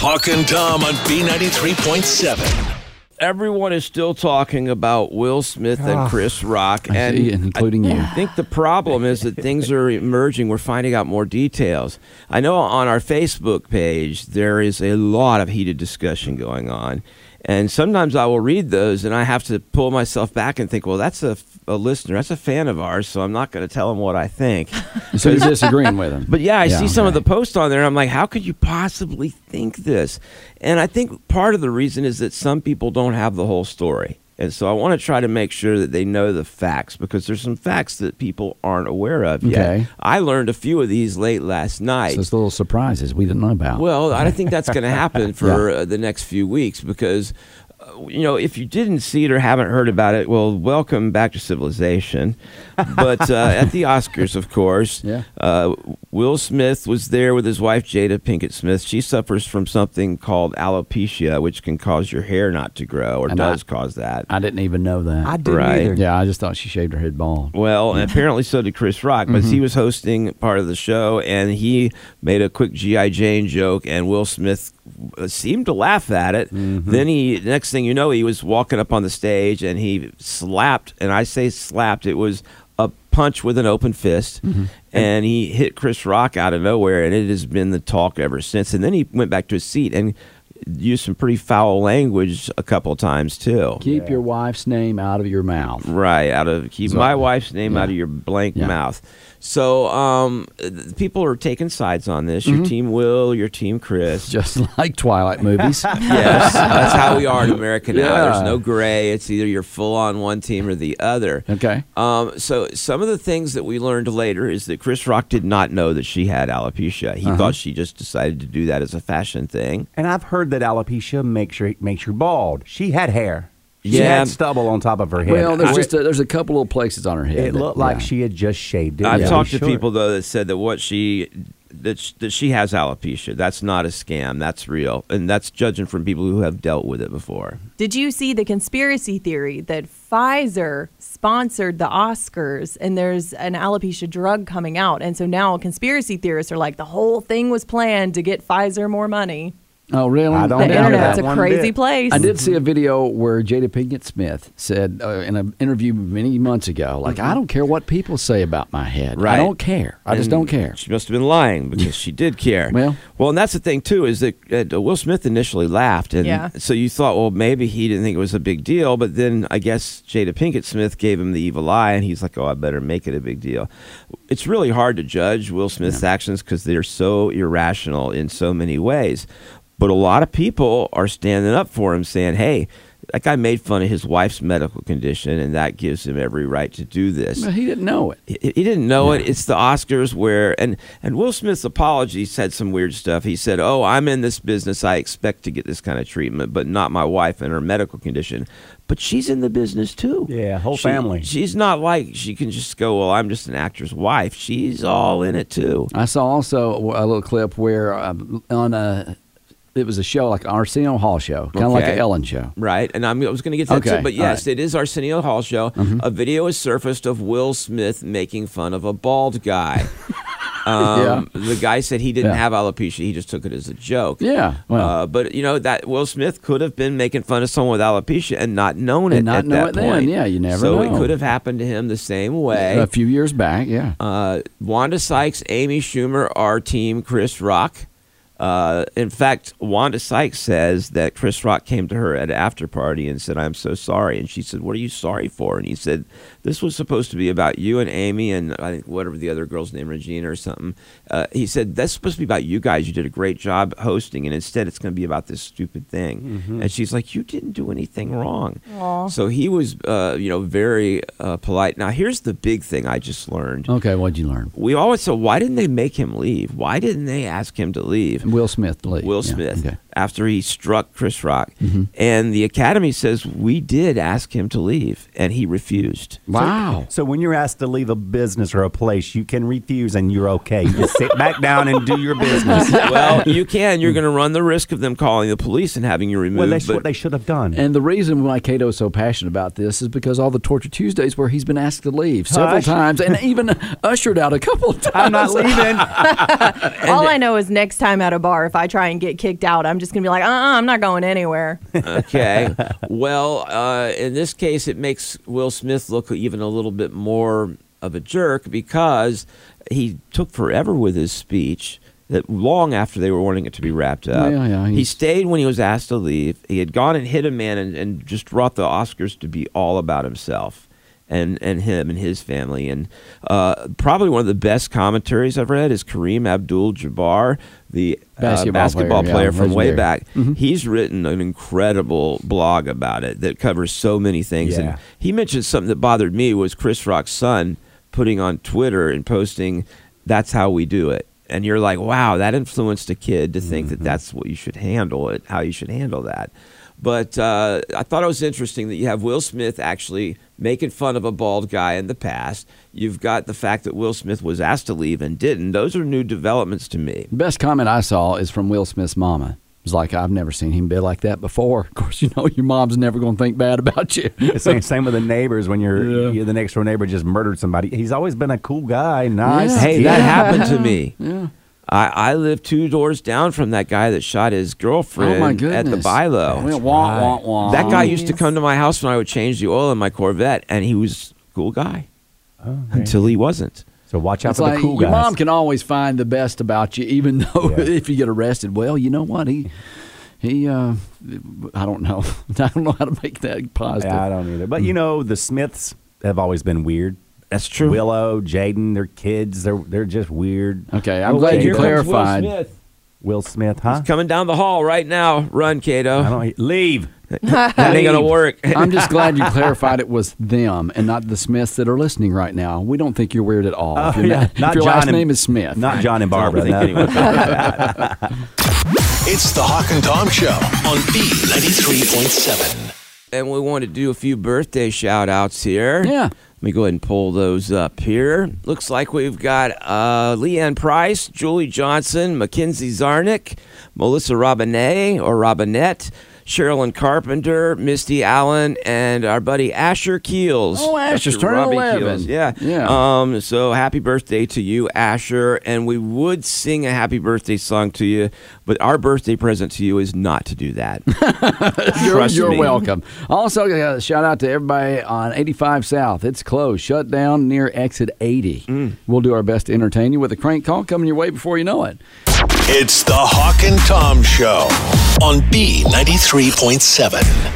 Hawk and Tom on B93.7. Everyone is still talking about Will Smith and Chris Rock, and Ah, See, including you. I think the problem is that things are emerging. We're finding out more details. I know on our Facebook page there is a lot of heated discussion going on, and sometimes I will read those and I have to pull myself back and think, well, that's a, a listener, that's a fan of ours, so I'm not going to tell him what I think. So he's disagreeing with him. But yeah, I see some of the okay. posts on there, and I'm like, how could you possibly think this? And I think part of the reason is that some people don't have the whole story. And so I want to try to make sure that they know the facts because there's some facts that people aren't aware of Okay. yet. I learned a few of these late last night. So it's little surprises we didn't know about. Well, I think that's going to happen for uh, the next few weeks because, uh, you know, if you didn't see it or haven't heard about it, well, welcome back to civilization. But uh, at the Oscars, of course, Yeah. uh, Will Smith was there with his wife, Jada Pinkett Smith. She suffers from something called alopecia, which can cause your hair not to grow or And I- does cause that. I didn't even know that. I didn't Right. either. yeah, I just thought she shaved her head bald. Well, and apparently so did Chris Rock, but he was hosting part of the show, and he made a quick GI Jane joke, and Will Smith uh, seemed to laugh at it. Then he, next thing you know, he was walking up on the stage, and he slapped, and I say slapped, it was a punch with an open fist, and he hit Chris Rock out of nowhere, and it has been the talk ever since. And then he went back to his seat and used some pretty foul language a couple of times too. Keep your wife's name out of your mouth. Right, out of keep my wife's name out of your blank Yeah. mouth. So um, th- people are taking sides on this. Your team Will, your team Chris. Mm-hmm. Just like Twilight movies. yes, that's how we are in America now. There's Yeah. no gray. It's either you're full on one team or the other. Okay. Um, so some of the things that we learned later is that Chris Rock did not know that she had alopecia. Uh-huh. He thought she just decided to do that as a fashion thing. And I've heard that alopecia makes you makes you bald. She had hair. She Yeah. had stubble on top of her head. Well, there's I- just a, there's a couple little places on her head. it that- looked like yeah. she had just shaved it. I've Yeah. talked to Sure. people though that said that what she that sh- that she has alopecia. That's not a scam. That's real, and that's judging from people who have dealt with it before. Did you see the conspiracy theory that Pfizer sponsored the Oscars and there's an alopecia drug coming out? And so now conspiracy theorists are like, the whole thing was planned to get Pfizer more money. Oh, really? I don't The doubt that internet's a one crazy bit. place. I did see a video where Jada Pinkett Smith said uh, in an interview many months ago, like, I don't care what people say about my head. Right. I don't care. I just And don't care. She must have been lying because she did care. Well- well, and that's the thing too is that uh, Will Smith initially laughed, and Yeah. so you thought, well, maybe he didn't think it was a big deal, but then I guess Jada Pinkett Smith gave him the evil eye, and he's like, oh, I better make it a big deal. It's really hard to judge Will Smith's actions because they're so irrational in so many ways, but a lot of people are standing up for him, saying, hey. That guy made fun of his wife's medical condition, and that gives him every right to do this But he didn't know it. he he didn't know it. It's the Oscars where and and Will Smith's apology said some weird stuff. He said, "Oh, I'm in this business. I expect to get this kind of treatment, but not my wife and her medical condition." But she's in the business too. Yeah, whole She- family. She's not like she can just go, "Well, I'm just an actor's wife." She's all in it too. I saw also a little clip where uh, on a it was a show like Arsenio Hall show, kind of like Okay. an Ellen show. Right, and I'm, I was going to get to that Okay, too, but all yes, right. Mm-hmm. it is Arsenio Hall show. A video has surfaced of Will Smith making fun of a bald guy. Um, The guy said he didn't Yeah. have alopecia; he just took it as a joke. Yeah, well. uh, but you know that Will Smith could have been making fun of someone with alopecia and not known And it not at know that it then. point. Yeah, you never So it know. could have happened to him the same way. A few years back, yeah. Uh, Wanda Sykes, Amy Schumer are team Chris Rock. Uh, in fact, Wanda Sykes says that Chris Rock came to her at an after party and said, "I'm so sorry." And she said, "What are you sorry for?" And he said, "This was supposed to be about you and Amy and I think whatever the other girl's name, Regina or something." Uh, he said, "That's supposed to be about you guys. You did a great job hosting, and instead, it's going to be about this stupid thing." And she's like, "You didn't do anything wrong." Aw. So he was, uh, you know, very uh, polite. Now, here's the big thing I just learned Okay, what'd you learn? we always said, why didn't they make him leave? Why didn't they ask him to leave? Will Smith leave. Will Yeah, Smith okay. after he struck Chris Rock. Mm-hmm. And the Academy says, we did ask him to leave, and he refused. Wow. So when you're asked to leave a business or a place, you can refuse and you're okay. You just sit back down and do your business. well, you can. You're going to run the risk of them calling the police and having you removed. well, that's what but they should have done. And the reason why Cato's so passionate about this is because all the Torture Tuesdays where he's been asked to leave several Hush. times and even ushered out a couple of times. I'm not leaving. All I know is next time at a bar, if I try and get kicked out, I'm just just going to be like, uh uh-uh, I'm not going anywhere. Okay. well, uh, in this case, it makes Will Smith look even a little bit more of a jerk because he took forever with his speech. That long after they were wanting it to be wrapped up, Yeah, yeah, he he's- stayed when he was asked to leave. He had gone and hit a man and, and just brought the Oscars to be all about himself and, and him and his family. And uh, probably one of the best commentaries I've read is Kareem Abdul Jabbar, the uh, Basketball basketball player, yeah, player from way legendary. back. He's written an incredible blog about it that covers so many things. Yeah. And he mentioned something that bothered me was Chris Rock's son putting on Twitter and posting, "That's how we do it." And you're like, "Wow, that influenced a kid to think that that's what you should handle it, how you should handle that." But uh, I thought it was interesting that you have Will Smith actually making fun of a bald guy in the past. You've got the fact that Will Smith was asked to leave and didn't. Those are new developments to me. The best comment I saw is from Will Smith's mama. It's like I've never seen him be like that before. Of course, you know your mom's never going to think bad about you. Same, same with the neighbors when you're Yeah. you're the next door neighbor just murdered somebody. He's always been a cool guy, nice. Yeah. Hey, kid. that happened to me. I, I live two doors down from that guy that shot his girlfriend oh my goodness! at the Well, Bilo. wah, wah, wah. That guy used to Jeez. come to my house when I would change the oil in my Corvette, and he was a cool guy until he wasn't. So watch out It's for like the cool your guys. mom can always find the best about you, even though Yeah. if you get arrested, well, you know what he he uh, I don't know. I don't know how to make that positive. Yeah, I don't either. Mm. But you know, the Smiths have always been weird. That's true. Willow, Jaden, their kids, they're they're just weird. Okay, I'm Oh, glad wait, you here comes Will clarified. Will Smith, huh? Coming down the hall right now. Run, I Kato. don't leave. That ain't going to work. I'm just glad you clarified it was them and not the Smiths that are listening right now. We don't think you're weird at all. Oh, if, you're not, if your last and- name is Smith. Not John and Barbara. think no. anyone's It's the Hawk and Tom Show on B93.7. and we want to do a few birthday shout outs here. Yeah. Let me go ahead and pull those up here. Looks like we've got uh, Leanne Price, Julie Johnson, Mackenzie Zarnick, Melissa Robinet or Robinette, Sherilyn Carpenter, Misty Allen, and our buddy Asher Keels. Oh, Asher's Dr. Robbie turning Keels. 11. Yeah. Yeah. Um, so happy birthday to you, Asher. And we would sing a happy birthday song to you, but our birthday present to you is not to do that. You're, Trust you're me. welcome. Also, uh, shout out to everybody on 85 South. It's closed, shut down near exit 80. We'll do our best to entertain you with a crank call coming your way before you know it. It's the Hawk and Tom Show on B93.7.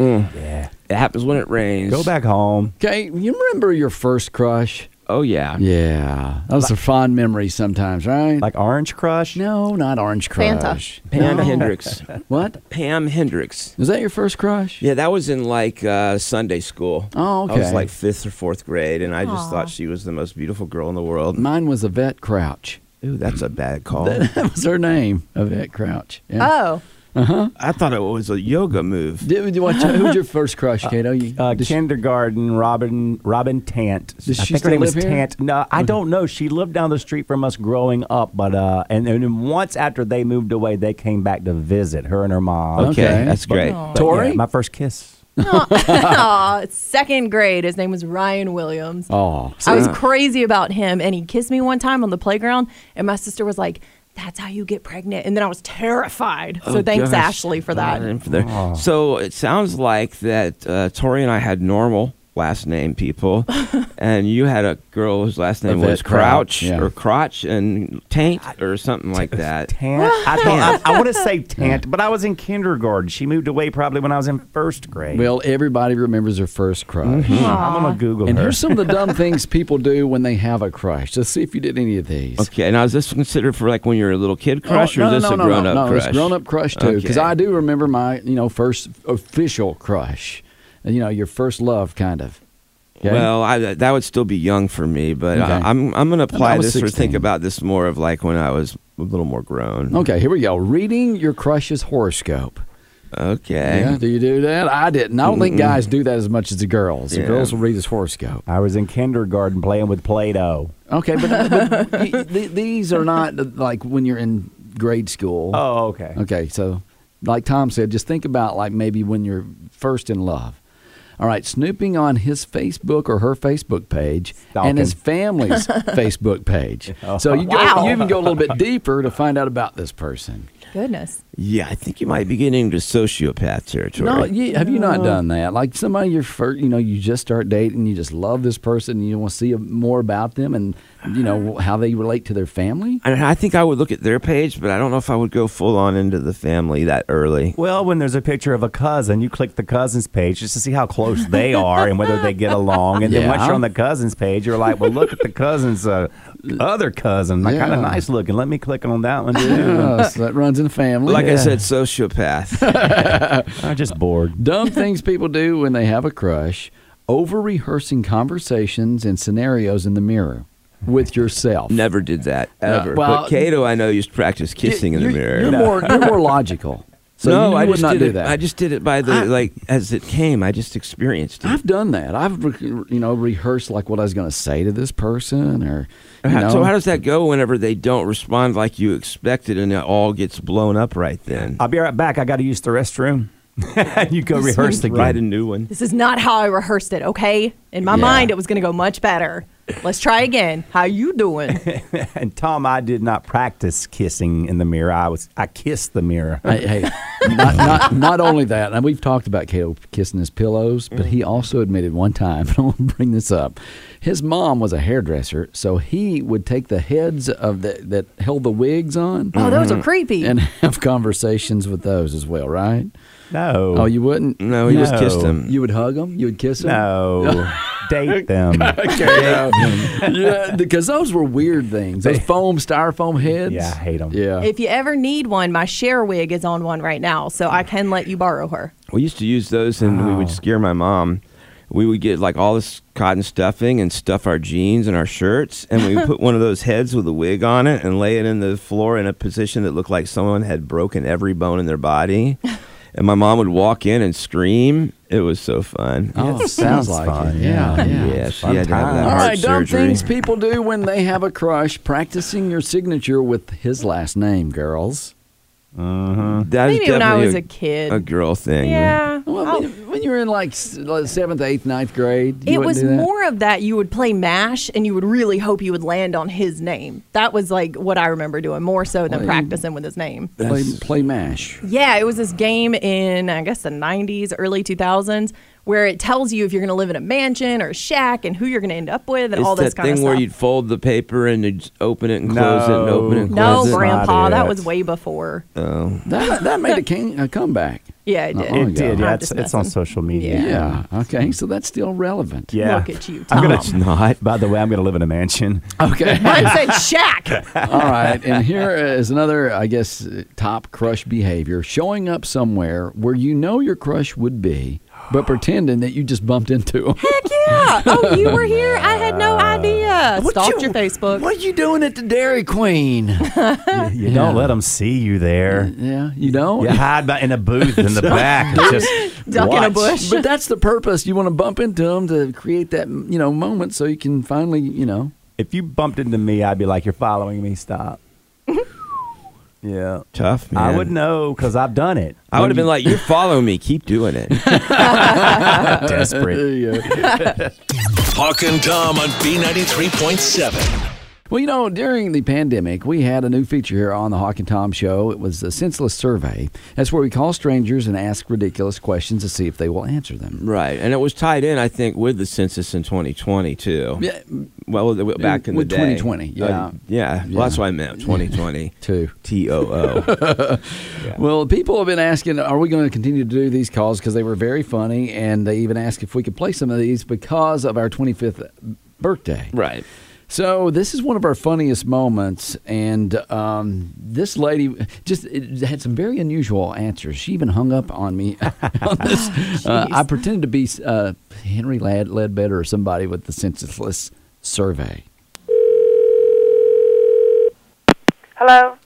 it happens when it rains. Go back home. Okay, you remember your first crush? Oh yeah. Yeah, those are fond memories sometimes, right? Like Orange Crush. no, not Orange Crush. Pam Fanta. Hendricks. What? Pam Hendricks. Is that your first crush? Yeah, that was in like uh, Sunday school. Oh, I was okay. like fifth or fourth grade, and I just Aw. thought she was the most beautiful girl in the world. Mine was Yvette Crouch. Ooh, that's a bad call. That was her name, Yvette Crouch. Yeah. Oh, I thought it was a yoga move. Did, what, who was your first crush, Kato? You, Uh, does she- kindergarten, Robin Robin Tant. Does I she think still her name was live here? Tant. No, I don't know. She lived down the street from us growing up, but uh, and, and then once after they moved away, they came back to visit her and her mom. Okay, Okay. that's great. Aw. But, Tori? yeah, my first kiss. Aw, second grade. His name was Ryan Williams. oh, I was crazy about him, and he kissed me one time on the playground, and my sister was like, "That's how you get pregnant," and then I was terrified. So Oh, thanks, gosh. Ashley, for that. Uh, and for their- So it sounds like that uh, Tori and I had normal last name people, and you had a girl whose last name Yvette was Crouch Crouch, yeah. or Crotch and Taint or something like that. Tant. I, thought- I, I want to say Tant, but I was in kindergarten. She moved away probably when I was in first grade. Hmm. Well, everybody remembers their first crush. I'm gonna Google And her. here's some of the dumb things people do when they have a crush. Let's see if you did any of these. Okay, now is this considered for like when you're a little kid crush, Oh, or is this no, a no, grown no, up no, crush? it's grown up crush too. Because Okay. I do remember my, you know, first official crush. You know, your first love, kind of. Okay? Well, I, that would still be young for me, but Okay. I, I'm I'm gonna apply was this or think 16. about this more of like when I was a little more grown. okay, here we go. Reading your crush's horoscope. Okay. Yeah, do you do that? I didn't. I don't think guys do that as much as the girls. The Yeah. girls will read his horoscope. I was in kindergarten playing with Play-Doh. Okay, but, but the- the- these are not uh, like when you're in grade school. Oh, okay. Okay, so like Tom said, just think about like maybe when you're first in love. All right, snooping on his Facebook or her Facebook page Stalking. and his family's Facebook page. So you, go, Wow. you even go a little bit deeper to find out about this person. Goodness. Yeah, I think you might be getting into sociopath territory. No, you, have you not done that? Like somebody you're first, you know, you just start dating, you just love this person, and you want to see more about them and you know how they relate to their family. I, mean, I think I would look at their page, but I don't know if I would go full on into the family that early. Well, when there's a picture of a cousin, you click the cousin's page just to see how close they are and whether they get along. And then once Yeah. you're on the cousin's page, you're like, well, look at the cousin's uh, other cousin. Like, kind Yeah. of nice looking. Let me click on that one too. Oh, so that runs in the family. Like I said, sociopath. I'm just bored. dumb things people do when they have a crush: over rehearsing conversations and scenarios in the mirror with yourself. Never did that ever. well- but Cato, I know, used to practice kissing in the You're- mirror. You're more, you're more logical. So no, you, you I would just not did do it. that. I just did it by the like as it came. I just experienced it. I've done that. I've re- you know rehearsed like what I was going to say to this person, or you How- know. So how does that go whenever they don't respond like you expected and it all gets blown up right then? I'll be right back. I got to use the restroom. you go rehearse again. Write a new one. This is not how I rehearsed it, okay? In my Yeah. mind, it was going to go much better. Let's try again. How you doing? And Tom, I did not practice kissing in the mirror. I was I kissed the mirror. Hey, hey not, not, not only that, and we've talked about Cato kissing his pillows, but Mm-hmm. he also admitted one time, and I want to bring this up. His mom was a hairdresser, so he would take the heads of the, that held the wigs on oh, those Mm-hmm. are creepy. and have conversations with those as well, right? No. Oh, you wouldn't? No, he just kissed No. him. You would hug them? You would kiss them? no. Date them. yeah, because those were weird things. Those foam, styrofoam heads. Yeah, I hate 'em. Yeah. if you ever need one, my share wig is on one right now, so I can let you borrow her. We used to use those, and we would scare my mom. We would get like all this cotton stuffing and stuff our jeans and our shirts, and we would put one of those heads with a wig on it and lay it in the floor in a position that looked like someone had broken every bone in their body. And my mom would walk in and scream. It was so fun. Oh, sounds like it. Yeah, yeah. Yeah, she had to have time. that All heart right, dumb surgery. things people do when they have a crush. Practicing your signature with his last name, girls. That is Maybe when I definitely was a kid. a girl thing. Yeah. Well, I'll- when- when you were in like s- like seventh, eighth, ninth grade, you it wouldn't was do that? more of that you would play MASH and you would really hope you would land on his name. That was like what I remember doing more so than Well, you- practicing with his name. play, play mash. Yeah, it was this game in I guess the 90s, early 2000s, where it tells you if you're going to live in a mansion or a shack and who you're going to end up with and It's all this that kind thing of stuff. where you'd fold the paper and you'd open it and close it and open it and no, close it. Grandpa, Not that it. was way before. That that made a, king, a comeback. yeah, it Uh, Not did. long It did. I'm Yeah, it's, just it's on messing. social media. Yeah. Yeah. Okay, so that's still relevant. Yeah. Look at you, I'm gonna- Tom. Not. By the way, I'm going to live in a mansion. Okay. Mine said shack. All right, and here is another, I guess, uh, top crush behavior: showing up somewhere where you know your crush would be, but pretending that you just bumped into him. yeah. Oh, you were here? I had no idea. Stalked your Facebook. What are you doing at the Dairy Queen? You, you don't let them see you there. yeah, you don't. You hide by- in a booth in the back. And just Duck in a watch. bush. But that's the purpose. You want to bump into them to create that you know moment, so you can finally you know. If you bumped into me, I'd be like, "You're following me. Stop." yeah. Tough, man. I would know because I've done it. I would have been like, "You follow me, keep doing it." desperate. you go. Hawk and Tom on B93.7. Well, you know, during the pandemic, we had a new feature here on the Hawk and Tom Show. It was a senseless survey. That's where we call strangers and ask ridiculous questions to see if they will answer them. right, and it was tied in, I think, with the census in 2020 too. Yeah, Well, th- back in With the day, Uh, 2020, yeah. yeah. Well, that's what I meant. 2020 Two. T O O. Well, people have been asking, are we going to continue to do these calls? Because they were very funny, and they even asked if we could play some of these because of our 25th birthday. Right. So this is one of our funniest moments, and um, this lady just it had some very unusual answers. She even hung up on me on this. Uh, I pretended to be uh, Henry Ladd Ledbetter or somebody with the senseless survey. Hello.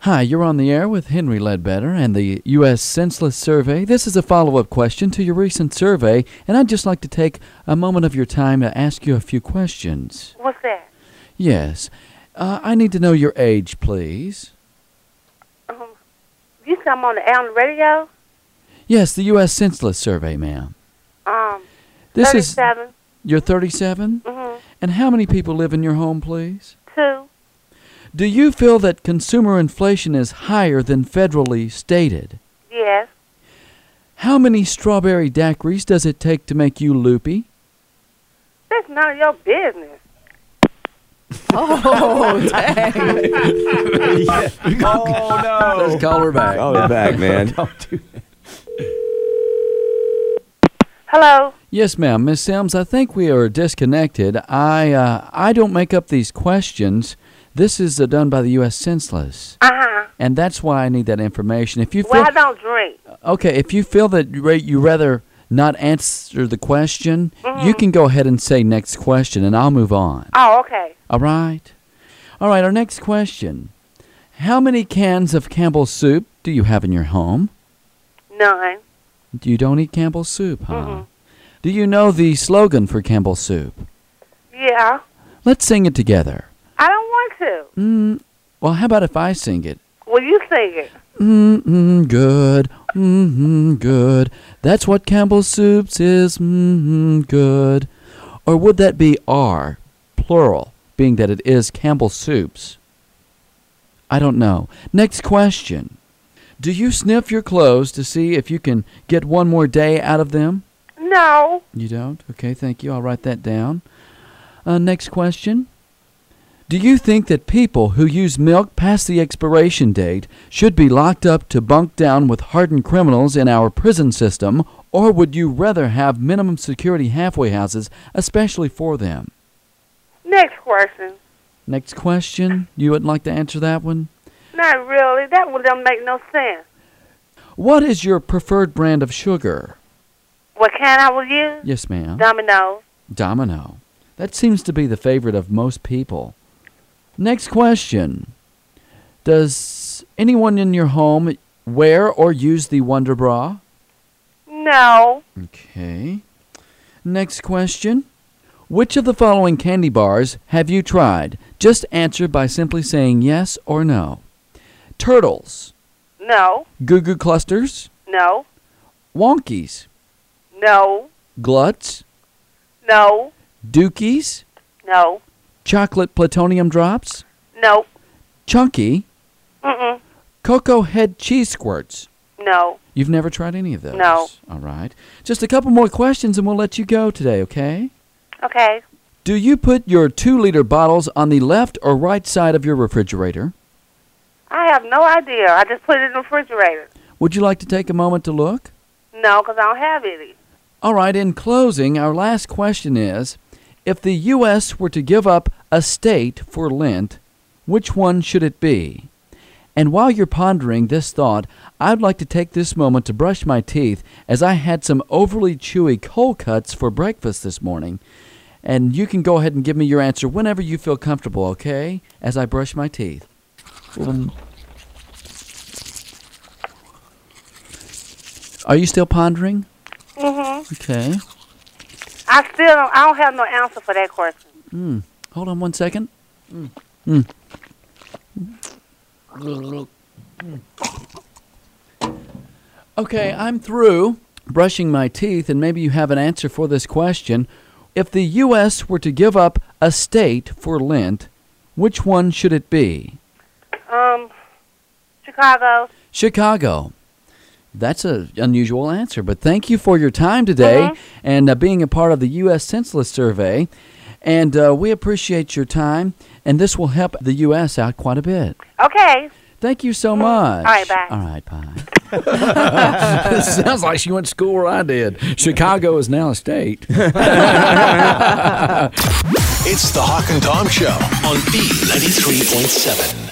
Hi, you're on the air with Henry Ledbetter and the U.S. Senseless Survey. This is a follow up question to your recent survey, and I'd just like to take a moment of your time to ask you a few questions. What's that? Yes. Uh, I need to know your age, please. Um, you said I'm on the air on the radio. Yes, the U.S. Senseless Survey, ma'am. Um, This is 37, you're 37, and how many people live in your home, please? 2. Do you feel that consumer inflation is higher than federally stated? Yes. How many strawberry daiquiris does it take to make you loopy? That's none of your business. Oh no! Call her back. Call me back, man. Hello. Yes, ma'am, Miss Sims. I think we are disconnected. I uh, I don't make up these questions. This is uh, done by the U.S. Census, Uh huh. and that's why I need that information. If you feel Well, I don't drink. okay, if you feel that you ra- you rather not answer the question, Mm-hmm. you can go ahead and say next question, and I'll move on. Oh, okay. All right, all right. Our next question: How many cans of Campbell's soup do you have in your home? None. You don't eat Campbell's soup, huh? Mm-hmm. Do you know the slogan for Campbell's soup? Yeah. Let's sing it together. I don't want to. Mm, well, how about if I sing it? Well, you sing it. Mm-mm, good. Mm-mm, good. That's what Campbell's Soups is. Mm-mm, good. Or would that be R, plural, being that it is Campbell's Soups? I don't know. Next question. Do you sniff your clothes to see if you can get one more day out of them? No. You don't? Okay, thank you. I'll write that down. Uh, next question. Do you think that people who use milk past the expiration date should be locked up to bunk down with hardened criminals in our prison system, or would you rather have minimum security halfway houses, especially for them? Next question. Next question. You would like to answer that one? Not really. That would don't make no sense. What is your preferred brand of sugar? What can I will use? Yes, ma'am. Dominoes. Domino. That seems to be the favorite of most people. Next question. Does anyone in your home wear or use the Wonder Bra? No. Okay. Next question. Which of the following candy bars have you tried? Just answer by simply saying yes or no. Turtles, No. Goo Goo Clusters, No. Wonkies, No. Gluts, No. Dookies, No. Chocolate Plutonium Drops, No. Chunky, Mm-mm. Cocoa Head Cheese Squirts. No. You've never tried any of those? No. All right. Just a couple more questions and we'll let you go today, okay? Okay. Do you put your two liter bottles on the left or right side of your refrigerator? I have no idea. I just put it in the refrigerator. Would you like to take a moment to look? No, 'cause I don't have any. All right, in closing, our last question is if the U.S. were to give up a state for Lent, which one should it be? And while you're pondering this thought, I'd like to take this moment to brush my teeth as I had some overly chewy cold cuts for breakfast this morning. And you can go ahead and give me your answer whenever you feel comfortable, okay? As I brush my teeth. Um, Are you still pondering? Mm-hmm. Okay. I still don't, I don't have no answer for that question. Hold on one second. Hmm. Okay, I'm through brushing my teeth, and maybe you have an answer for this question. If the U.S. were to give up a state for Lent, which one should it be? Um, Chicago. Chicago. That's an unusual answer, but thank you for your time today Uh-huh. and uh, being a part of the U.S. Census Survey. And uh, we appreciate your time, and this will help the U.S. out quite a bit. Okay. Thank you so much. All right, bye. All right, bye. sounds like she went to school where I did. Chicago is now a state. It's the Hawk and Tom Show on B93.7.